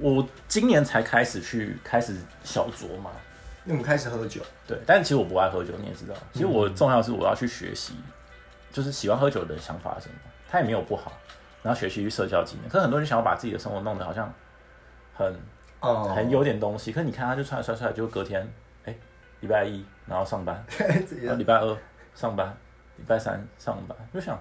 Speaker 2: 我今年才开始去开始小酌嘛，
Speaker 1: 因为我们开始喝酒，
Speaker 2: 对，但其实我不爱喝酒，你也知道。其实我重要的是我要去学习，就是喜欢喝酒的人想法是什么，他也没有不好，然后学习去社交技能。可是很多人想要把自己的生活弄得好像很
Speaker 1: 哦，
Speaker 2: 很有点东西。可是你看，他就穿来穿去，就隔天，哎、礼拜一然后上班，然后礼拜二上班，礼拜三上班，就想，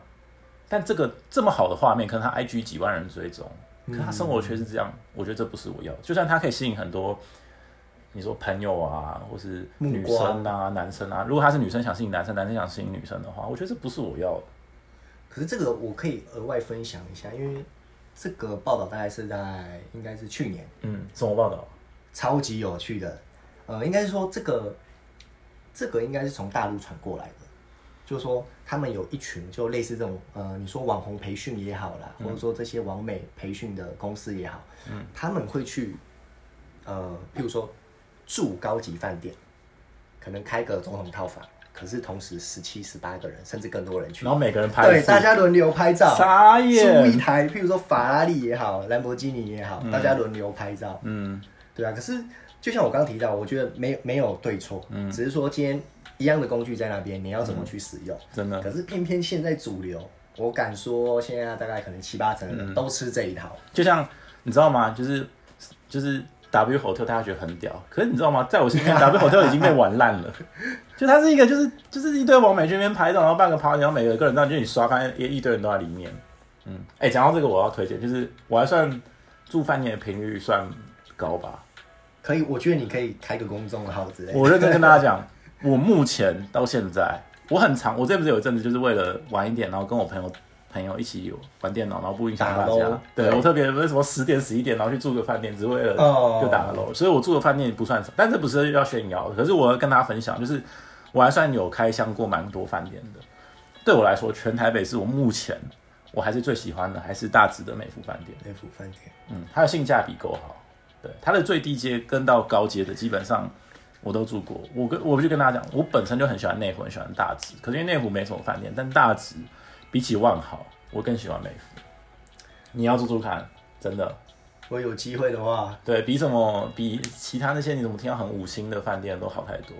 Speaker 2: 但这个这么好的画面，可能他 IG 几万人追踪，可是他生活却是这样，我觉得这不是我要的。就算他可以吸引很多。你说朋友啊，或是
Speaker 1: 目
Speaker 2: 女
Speaker 1: 光
Speaker 2: 生啊、男生啊，如果他是女生想吸引男生，男生想吸引女生的话，我觉得这不是我要的。
Speaker 1: 可是这个我可以额外分享一下，因为这个报道大概是在应该是去年，
Speaker 2: 嗯，怎么报道？
Speaker 1: 超级有趣的。呃，应该是说这个这个应该是从大陆传过来的，就是说他们有一群就类似这种呃，你说网红培训也好啦，或者说这些网美培训的公司也好，嗯，他们会去呃，譬如说住高级饭店，可能开个总统套房，可是同时十七、十八个人甚至更多人去
Speaker 2: 然，后每个人拍
Speaker 1: 对，
Speaker 2: 一次
Speaker 1: 大家轮流拍照，
Speaker 2: 傻
Speaker 1: 租一
Speaker 2: 眼，
Speaker 1: 台，譬如说法拉利也好，兰博基尼也好，大家轮流拍照，
Speaker 2: 嗯，
Speaker 1: 对啊。可是就像我刚刚提到，我觉得没没有对错，
Speaker 2: 嗯
Speaker 1: 只是说今天一样的工具在那边，你要怎么去使用？
Speaker 2: 真的
Speaker 1: 可是偏偏现在主流，我敢说现在大概可能七八成的人都吃这一套，
Speaker 2: 就像你知道吗？就是就是 W Hotel 大家觉得很屌，可是你知道吗？在我心里面 W Hotel 已经被玩烂了。 就它是一个就是就是一堆网美去那边拍照，然后办个 party，然后每个人让就你刷，发现一一堆人都在里面。嗯，哎、讲到这个我要推荐，就是我还算住饭店的频率算高吧。
Speaker 1: 可以，我觉得你可以开个公众号之类的。
Speaker 2: 我认真跟大家讲，我目前到现在，我很常，我这不是有一阵子就是为了晚一点，然后跟我朋友朋友一起玩电脑，然后不影响大
Speaker 1: 打咯
Speaker 2: 家。对我特别为什么十点十一点，然后去住个饭店，只为了
Speaker 1: 哦
Speaker 2: 就打楼。所以我住的饭店也不算少，但这不是要炫耀的，可是我要跟大家分享，就是我还算有开箱过蛮多饭店的。对我来说，全台北是我目前我还是最喜欢的，还是大直的美孚饭店。
Speaker 1: 那府饭店，
Speaker 2: 嗯，它的性价比够好。对，它的最低阶跟到高阶的，基本上我都住过。我跟我就跟大家讲，我本身就很喜欢内湖，很喜欢大直。可是因为内湖没什么饭店，但大直比起万豪，我更喜欢美孚。你要住住看，真的。
Speaker 1: 我有机会的话，
Speaker 2: 对比什么比其他那些你怎么听到很五星的饭店都好太多。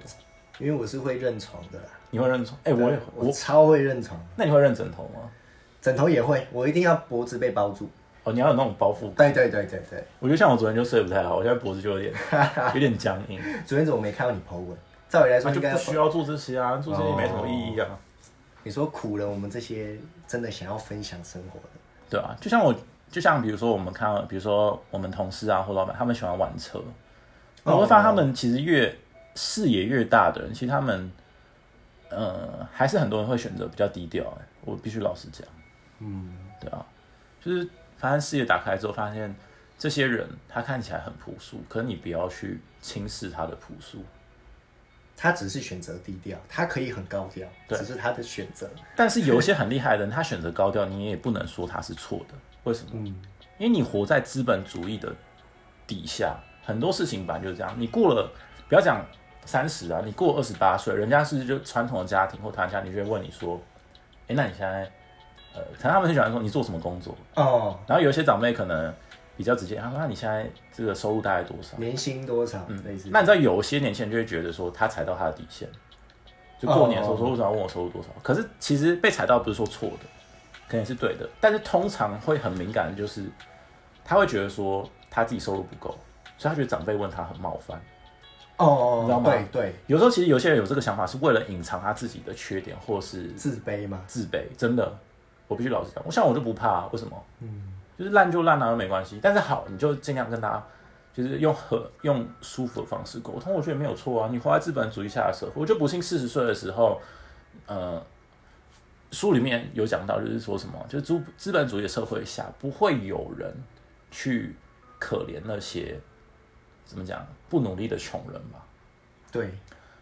Speaker 1: 因为我是会认床的啦，啊
Speaker 2: 你会认床？哎、我也
Speaker 1: 我
Speaker 2: 我，
Speaker 1: 超会认床，
Speaker 2: 那你会认枕头吗？
Speaker 1: 枕头也会，我一定要脖子被包住。
Speaker 2: 哦，你要有那种包覆
Speaker 1: 对
Speaker 2: 感。
Speaker 1: 对对对对。
Speaker 2: 我觉得像我昨天就睡不太好，我现在脖子就有点 有点僵硬。
Speaker 1: 昨天怎么没看到你 po 文？照理来说应
Speaker 2: 那啊就
Speaker 1: 该
Speaker 2: 不需要做这些啊，做这些也没什么意义啊。
Speaker 1: 你说苦了我们这些真的想要分享生活的，
Speaker 2: 对啊，就像我，就像比如说我们看到，比如说我们同事啊或老板，他们喜欢玩车，我会发现他们其实越视野越大的人，其实他们，呃，还是很多人会选择比较低调、欸。我必须老实讲，嗯，对啊，就是发现视野打开之后，发现这些人他看起来很朴素，可是你不要去轻视他的朴素。
Speaker 1: 他只是选择低调，他可以很高调，只是他的选择。
Speaker 2: 但是有一些很厉害的人，他选择高调，你也不能说他是错的。为什么？
Speaker 1: 嗯
Speaker 2: 因为你活在资本主义的底下，很多事情本来就是这样，你过了，不要讲三十啊，你过二十八岁，人家是就传统的家庭或他家，你就会问你说，哎、那你现在，呃，可能他们很喜欢说你做什么工作，
Speaker 1: 哦，
Speaker 2: 然后有一些长辈可能比较直接，他说那你现在这个收入大概多少？
Speaker 1: 年薪多少？类似。
Speaker 2: 嗯那你知道有些年轻人就会觉得说他踩到他的底线，就过年的时候说为什么要问我收入
Speaker 1: 哦
Speaker 2: 多少？可是其实被踩到不是说错的，可能是对的，但是通常会很敏感的就是他会觉得说他自己收入不够，所以他觉得长辈问他很冒犯。
Speaker 1: 哦
Speaker 2: 知道
Speaker 1: 哦，
Speaker 2: 吗
Speaker 1: 对对，
Speaker 2: 有时候其实有些人有这个想法是为了隐藏他自己的缺点或是
Speaker 1: 自卑嘛。
Speaker 2: 自卑，真的，我必须老实讲，我像我就不怕、啊，为什么？嗯，就是烂就烂啊，又没关系。但是好，你就尽量跟他，就是用和用舒服的方式沟通，我觉得没有错啊。你活在资本主义下的社会，我就不信四十岁的时候，呃，书里面有讲到，就是说什么，就是资资本主义的社会下，不会有人去可怜那些怎么讲不努力的穷人吧。
Speaker 1: 对，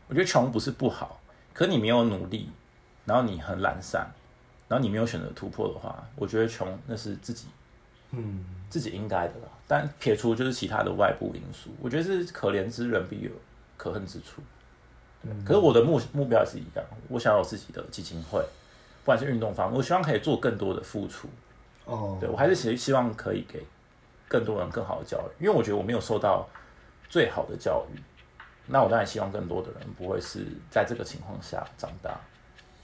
Speaker 2: 我觉得穷不是不好，可你没有努力，然后你很懒散，然后你没有选择突破的话，我觉得穷那是自己
Speaker 1: 嗯，
Speaker 2: 自己应该的啦。但撇除就是其他的外部因素，我觉得是可怜之人必有可恨之处。对，可是我的目目标也是一样，我想要有自己的基金会，不管是运动方面，我希望可以做更多的付出。
Speaker 1: 哦，
Speaker 2: 对我还是希希望可以给更多人更好的教育，因为我觉得我没有受到最好的教育，那我当然希望更多的人不会是在这个情况下长大，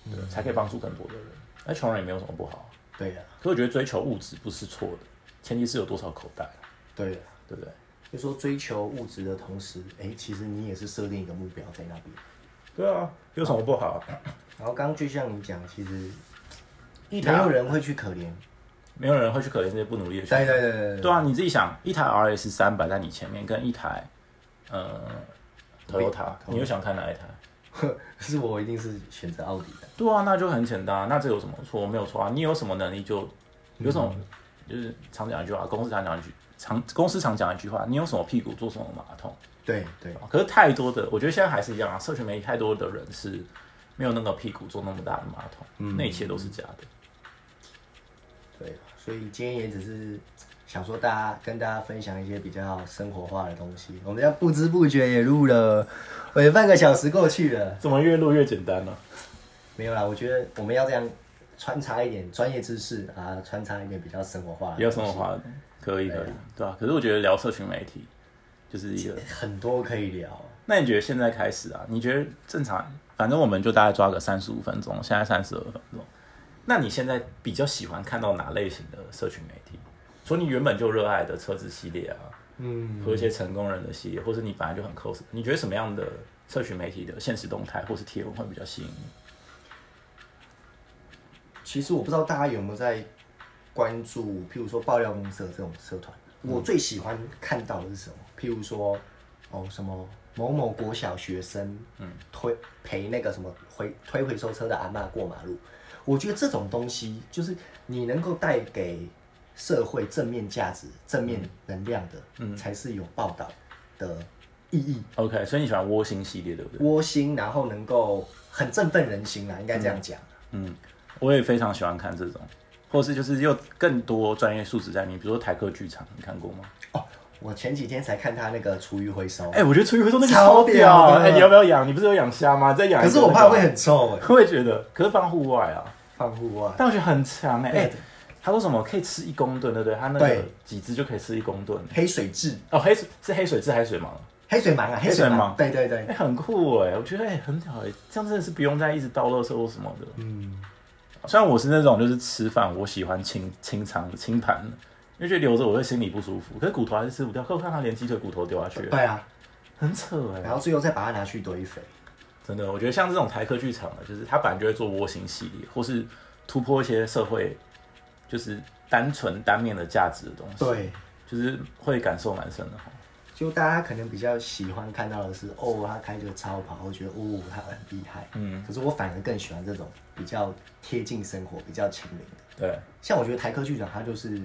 Speaker 2: 对，才可以帮助更多的人。那穷人也没有什么不好，
Speaker 1: 对啊了，
Speaker 2: 可是我觉得追求物质不是错的，前提是有多少口袋，啊
Speaker 1: 对了，
Speaker 2: 对不对？
Speaker 1: 就说追求物质的同时，哎，其实你也是设定一个目标在那边。
Speaker 2: 对啊，有什么不好？啊
Speaker 1: 然后刚刚就像你讲，其实
Speaker 2: 一
Speaker 1: 没
Speaker 2: 台
Speaker 1: 有人会去可怜。
Speaker 2: 没有人会去可怜这些不努力的穷
Speaker 1: 对
Speaker 2: 人。
Speaker 1: 对对对
Speaker 2: 对啊，你自己想，一台 RS 三摆在你前面，跟一台呃 Toyota，你又想看哪一台？
Speaker 1: 对，是我一定是选择奥迪的。
Speaker 2: 对啊，那就很简单啊，那这有什么错？没有错啊，你有什么能力就有什么，就是常讲一句话，公司常讲一句，常公司常讲一句话，你有什么屁股坐什么马桶。
Speaker 1: 对对，
Speaker 2: 可是太多的，我觉得现在还是一样啊，社群媒体太多的人是没有那个屁股坐那么大的马桶，那一切都是假的。
Speaker 1: 对，啊所以今天也只是想说，大家跟大家分享一些比较生活化的东西。我们这样不知不觉也录了，也半个小时过去了。
Speaker 2: 怎么越录越简单呢、
Speaker 1: 没有啦，我觉得我们要这样穿插一点专业知识啊，穿插一点比较生活化的东西，
Speaker 2: 比较生活化的，可以可以，对啊？可是我觉得聊社群媒体就是一个，
Speaker 1: 很多可以聊。
Speaker 2: 那你觉得现在开始啊？你觉得正常？反正我们就大概抓个三十五分钟，现在三十二分钟。那你现在比较喜欢看到哪类型的社群媒体？除了你原本就热爱的车子系列啊，
Speaker 1: 嗯，
Speaker 2: 和一些成功人的系列，或是你本来就很 close，你觉得什么样的社群媒体的现实动态或是贴文会比较吸引你？
Speaker 1: 其实我不知道大家有没有在关注，譬如说爆料公社这种社团，我最喜欢看到的是什么？譬如说，哦，什么某某国小学生，嗯，推陪那个什么回推回收车的阿嬷过马路，我觉得这种东西就是你能够带给社会正面价值、正面能量的，嗯，才是有报道的意义。
Speaker 2: OK，所以你喜欢窝心系列，对不对？
Speaker 1: 窝心，然后能够很振奋人心啦，啊应该这样讲。
Speaker 2: 嗯，我也非常喜欢看这种，或是就是又更多专业素质在里面，比如说台客剧场，你看过吗？
Speaker 1: 哦，我前几天才看他那个厨余回收，
Speaker 2: 哎、我觉得厨余回收那个
Speaker 1: 超
Speaker 2: 超
Speaker 1: 屌
Speaker 2: 屌
Speaker 1: 的
Speaker 2: 的！哎、你要不要养？你不是有养虾吗？再养一
Speaker 1: 可
Speaker 2: 个
Speaker 1: 是我
Speaker 2: 那个
Speaker 1: 怕会很臭哎、
Speaker 2: 我也觉得，可是放户外啊，
Speaker 1: 放户外。
Speaker 2: 但我觉得很强哎、
Speaker 1: 对
Speaker 2: 哎、他说什么可以吃一公吨，对不对？他那个
Speaker 1: 对
Speaker 2: 几只就可以吃一公吨。
Speaker 1: 黑水蛭、
Speaker 2: 哦，黑水是黑水蛭还是水蟒？
Speaker 1: 黑水蟒啊，黑
Speaker 2: 水
Speaker 1: 水
Speaker 2: 蟒
Speaker 1: 对对
Speaker 2: 哎、
Speaker 1: 对，
Speaker 2: 很酷哎、我觉得哎、很屌哎、这样真的是不用再一直倒垃圾或什么的。
Speaker 1: 嗯，
Speaker 2: 虽然我是那种就是吃饭我喜欢清清肠清盘的，因为觉得留着我会心里不舒服，可是骨头还是吃不掉。可我看他连鸡腿骨头丢下去，
Speaker 1: 对啊，
Speaker 2: 很扯哎、
Speaker 1: 然后最后再把它拿去堆肥。
Speaker 2: 真的，我觉得像这种台客剧场的，就是他本来就会做窝心系列，或是突破一些社会就是单纯单面的价值的东西，
Speaker 1: 对，
Speaker 2: 就是会感受蛮深的哈。
Speaker 1: 就大家可能比较喜欢看到的是，哦，他开着超跑，我觉得哦，他很厉害。
Speaker 2: 嗯，
Speaker 1: 可是我反而更喜欢这种比较贴近生活、比较亲民的。
Speaker 2: 对，
Speaker 1: 像我觉得台科剧长他就是，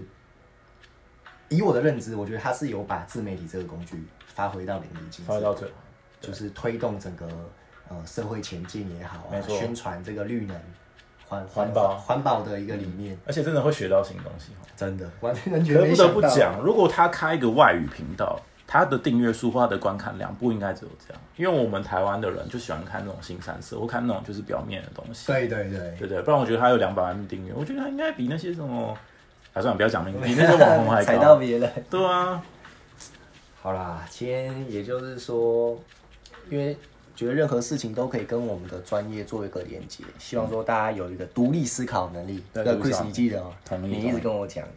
Speaker 1: 以我的认知，我觉得他是有把自媒体这个工具发挥到淋漓尽致。
Speaker 2: 发挥到最好。
Speaker 1: 就是推动整个呃社会前进也好啊
Speaker 2: 没，错
Speaker 1: 宣传这个绿能环
Speaker 2: 环保
Speaker 1: 环保的一个理念，
Speaker 2: 而且真的会学到新东西哈。
Speaker 1: 真的完全
Speaker 2: 可是
Speaker 1: 觉
Speaker 2: 不得不，讲，如果他开一个外语频道，它的订阅数或它的观看量不应该只有这样，因为我们台湾的人就喜欢看那种新三色，或看那种就是表面的东西，
Speaker 1: 对对对，
Speaker 2: 对对，不然我觉得它有两百万订阅，我觉得它应该比那些什么，啊算了，不要 讲名，比那些网红还
Speaker 3: 踩到
Speaker 2: 高，
Speaker 3: 别人。
Speaker 2: 对啊，
Speaker 1: 好啦，今天也就是说，因为觉得任何事情都可以跟我们的专业做一个连接，希望说大家有一个独立思考能力。
Speaker 2: 对
Speaker 1: 这个
Speaker 2: 独立思
Speaker 1: Chris
Speaker 2: 考
Speaker 1: 你记得吗？
Speaker 2: 同意
Speaker 1: 你一直跟我讲的，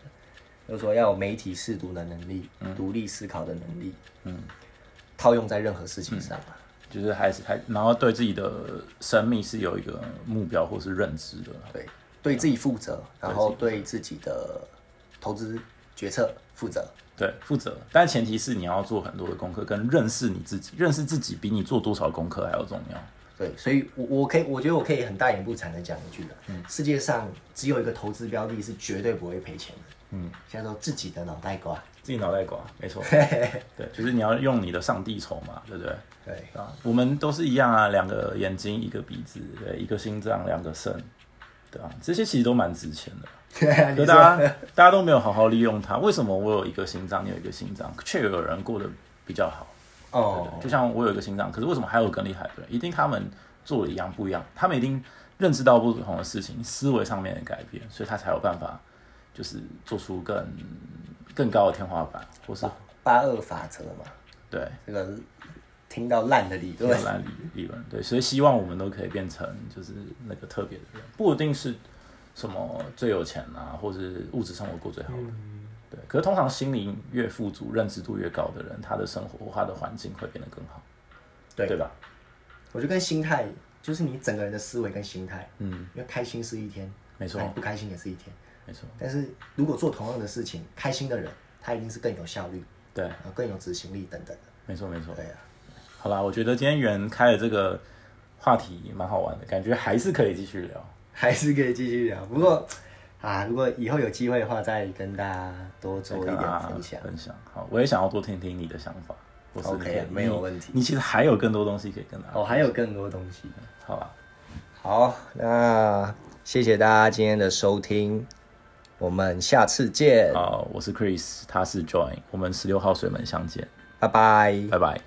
Speaker 1: 就是说要有媒体试读的能力，独立思考的能力，
Speaker 2: 嗯，
Speaker 1: 套用在任何事情上啊。
Speaker 2: 就是还是还，然后对自己的生命是有一个目标或是认知的，
Speaker 1: 对，对自己负责，然后对自己的投资决策负责。
Speaker 2: 对，负责，但前提是你要做很多的功课，跟认识你自己，认识自己比你做多少功课还要重要。
Speaker 1: 对，所以我，我可以，我觉得我可以很大言不惭的讲一句了，
Speaker 2: 嗯
Speaker 1: 世界上只有一个投资标的是绝对不会赔钱的，嗯，叫做自己的脑袋瓜。
Speaker 2: 自己脑袋瓜，没错，对，就是你要用你的上帝筹嘛，对不对？
Speaker 1: 对，
Speaker 2: 啊，我们都是一样啊，两个眼睛，一个鼻子，对，一个心脏，两个肾，对啊，这些其实都蛮值钱的。可
Speaker 1: 你说
Speaker 2: 大家大家都没有好好利用它，为什么我有一个心脏，你有一个心脏，却有人过得比较好？
Speaker 1: 哦，
Speaker 2: 就像我有一个心脏，可是为什么还有更厉害的人？一定他们做了一样不一样，他们一定认知到不同的事情，思维上面的改变，所以他才有办法就是做出更更高的天花板，或是
Speaker 1: 八二法则嘛，
Speaker 2: 对
Speaker 1: 这个听到烂的理
Speaker 2: 天
Speaker 1: 论，
Speaker 2: 然理理论对，所以希望我们都可以变成就是那个特别的人，不一定是什么最有钱啊，或是物质生活过最好的。对，可是通常心灵越富足、认知度越高的人，他的生活、他的环境会变得更好，
Speaker 1: 对
Speaker 2: 对吧？
Speaker 1: 我就跟心态，就是你整个人的思维跟心态，
Speaker 2: 嗯，
Speaker 1: 因为开心是一天，
Speaker 2: 没错
Speaker 1: 那你不开心也是一天，
Speaker 2: 没错，
Speaker 1: 但是如果做同样的事情，开心的人他一定是更有效率，
Speaker 2: 对，
Speaker 1: 然后啊更有执行力等等的，
Speaker 2: 没错没错。
Speaker 1: 对啊，
Speaker 2: 好啦，我觉得今天袁开的这个话题蛮好玩的，感觉还是可以继续聊。
Speaker 1: 还是可以继续聊，不过。啊，如果以后有机会的话，再跟大家多做一
Speaker 2: 跟大
Speaker 1: 点
Speaker 2: 家
Speaker 1: 分享。
Speaker 2: 啊分享。好，我也想要多听听你的想法。或是你
Speaker 1: OK，
Speaker 2: 可以
Speaker 1: 没有
Speaker 2: 你
Speaker 1: 问题
Speaker 2: 你其实还有更多东西可以跟大家。
Speaker 1: 哦，还有更多东西。
Speaker 2: 好吧，
Speaker 1: 好，那谢谢大家今天的收听，我们下次见，
Speaker 2: 好，我是 Chris，他是 Join，我们十六号水门相见，
Speaker 1: 拜拜。
Speaker 2: 拜拜。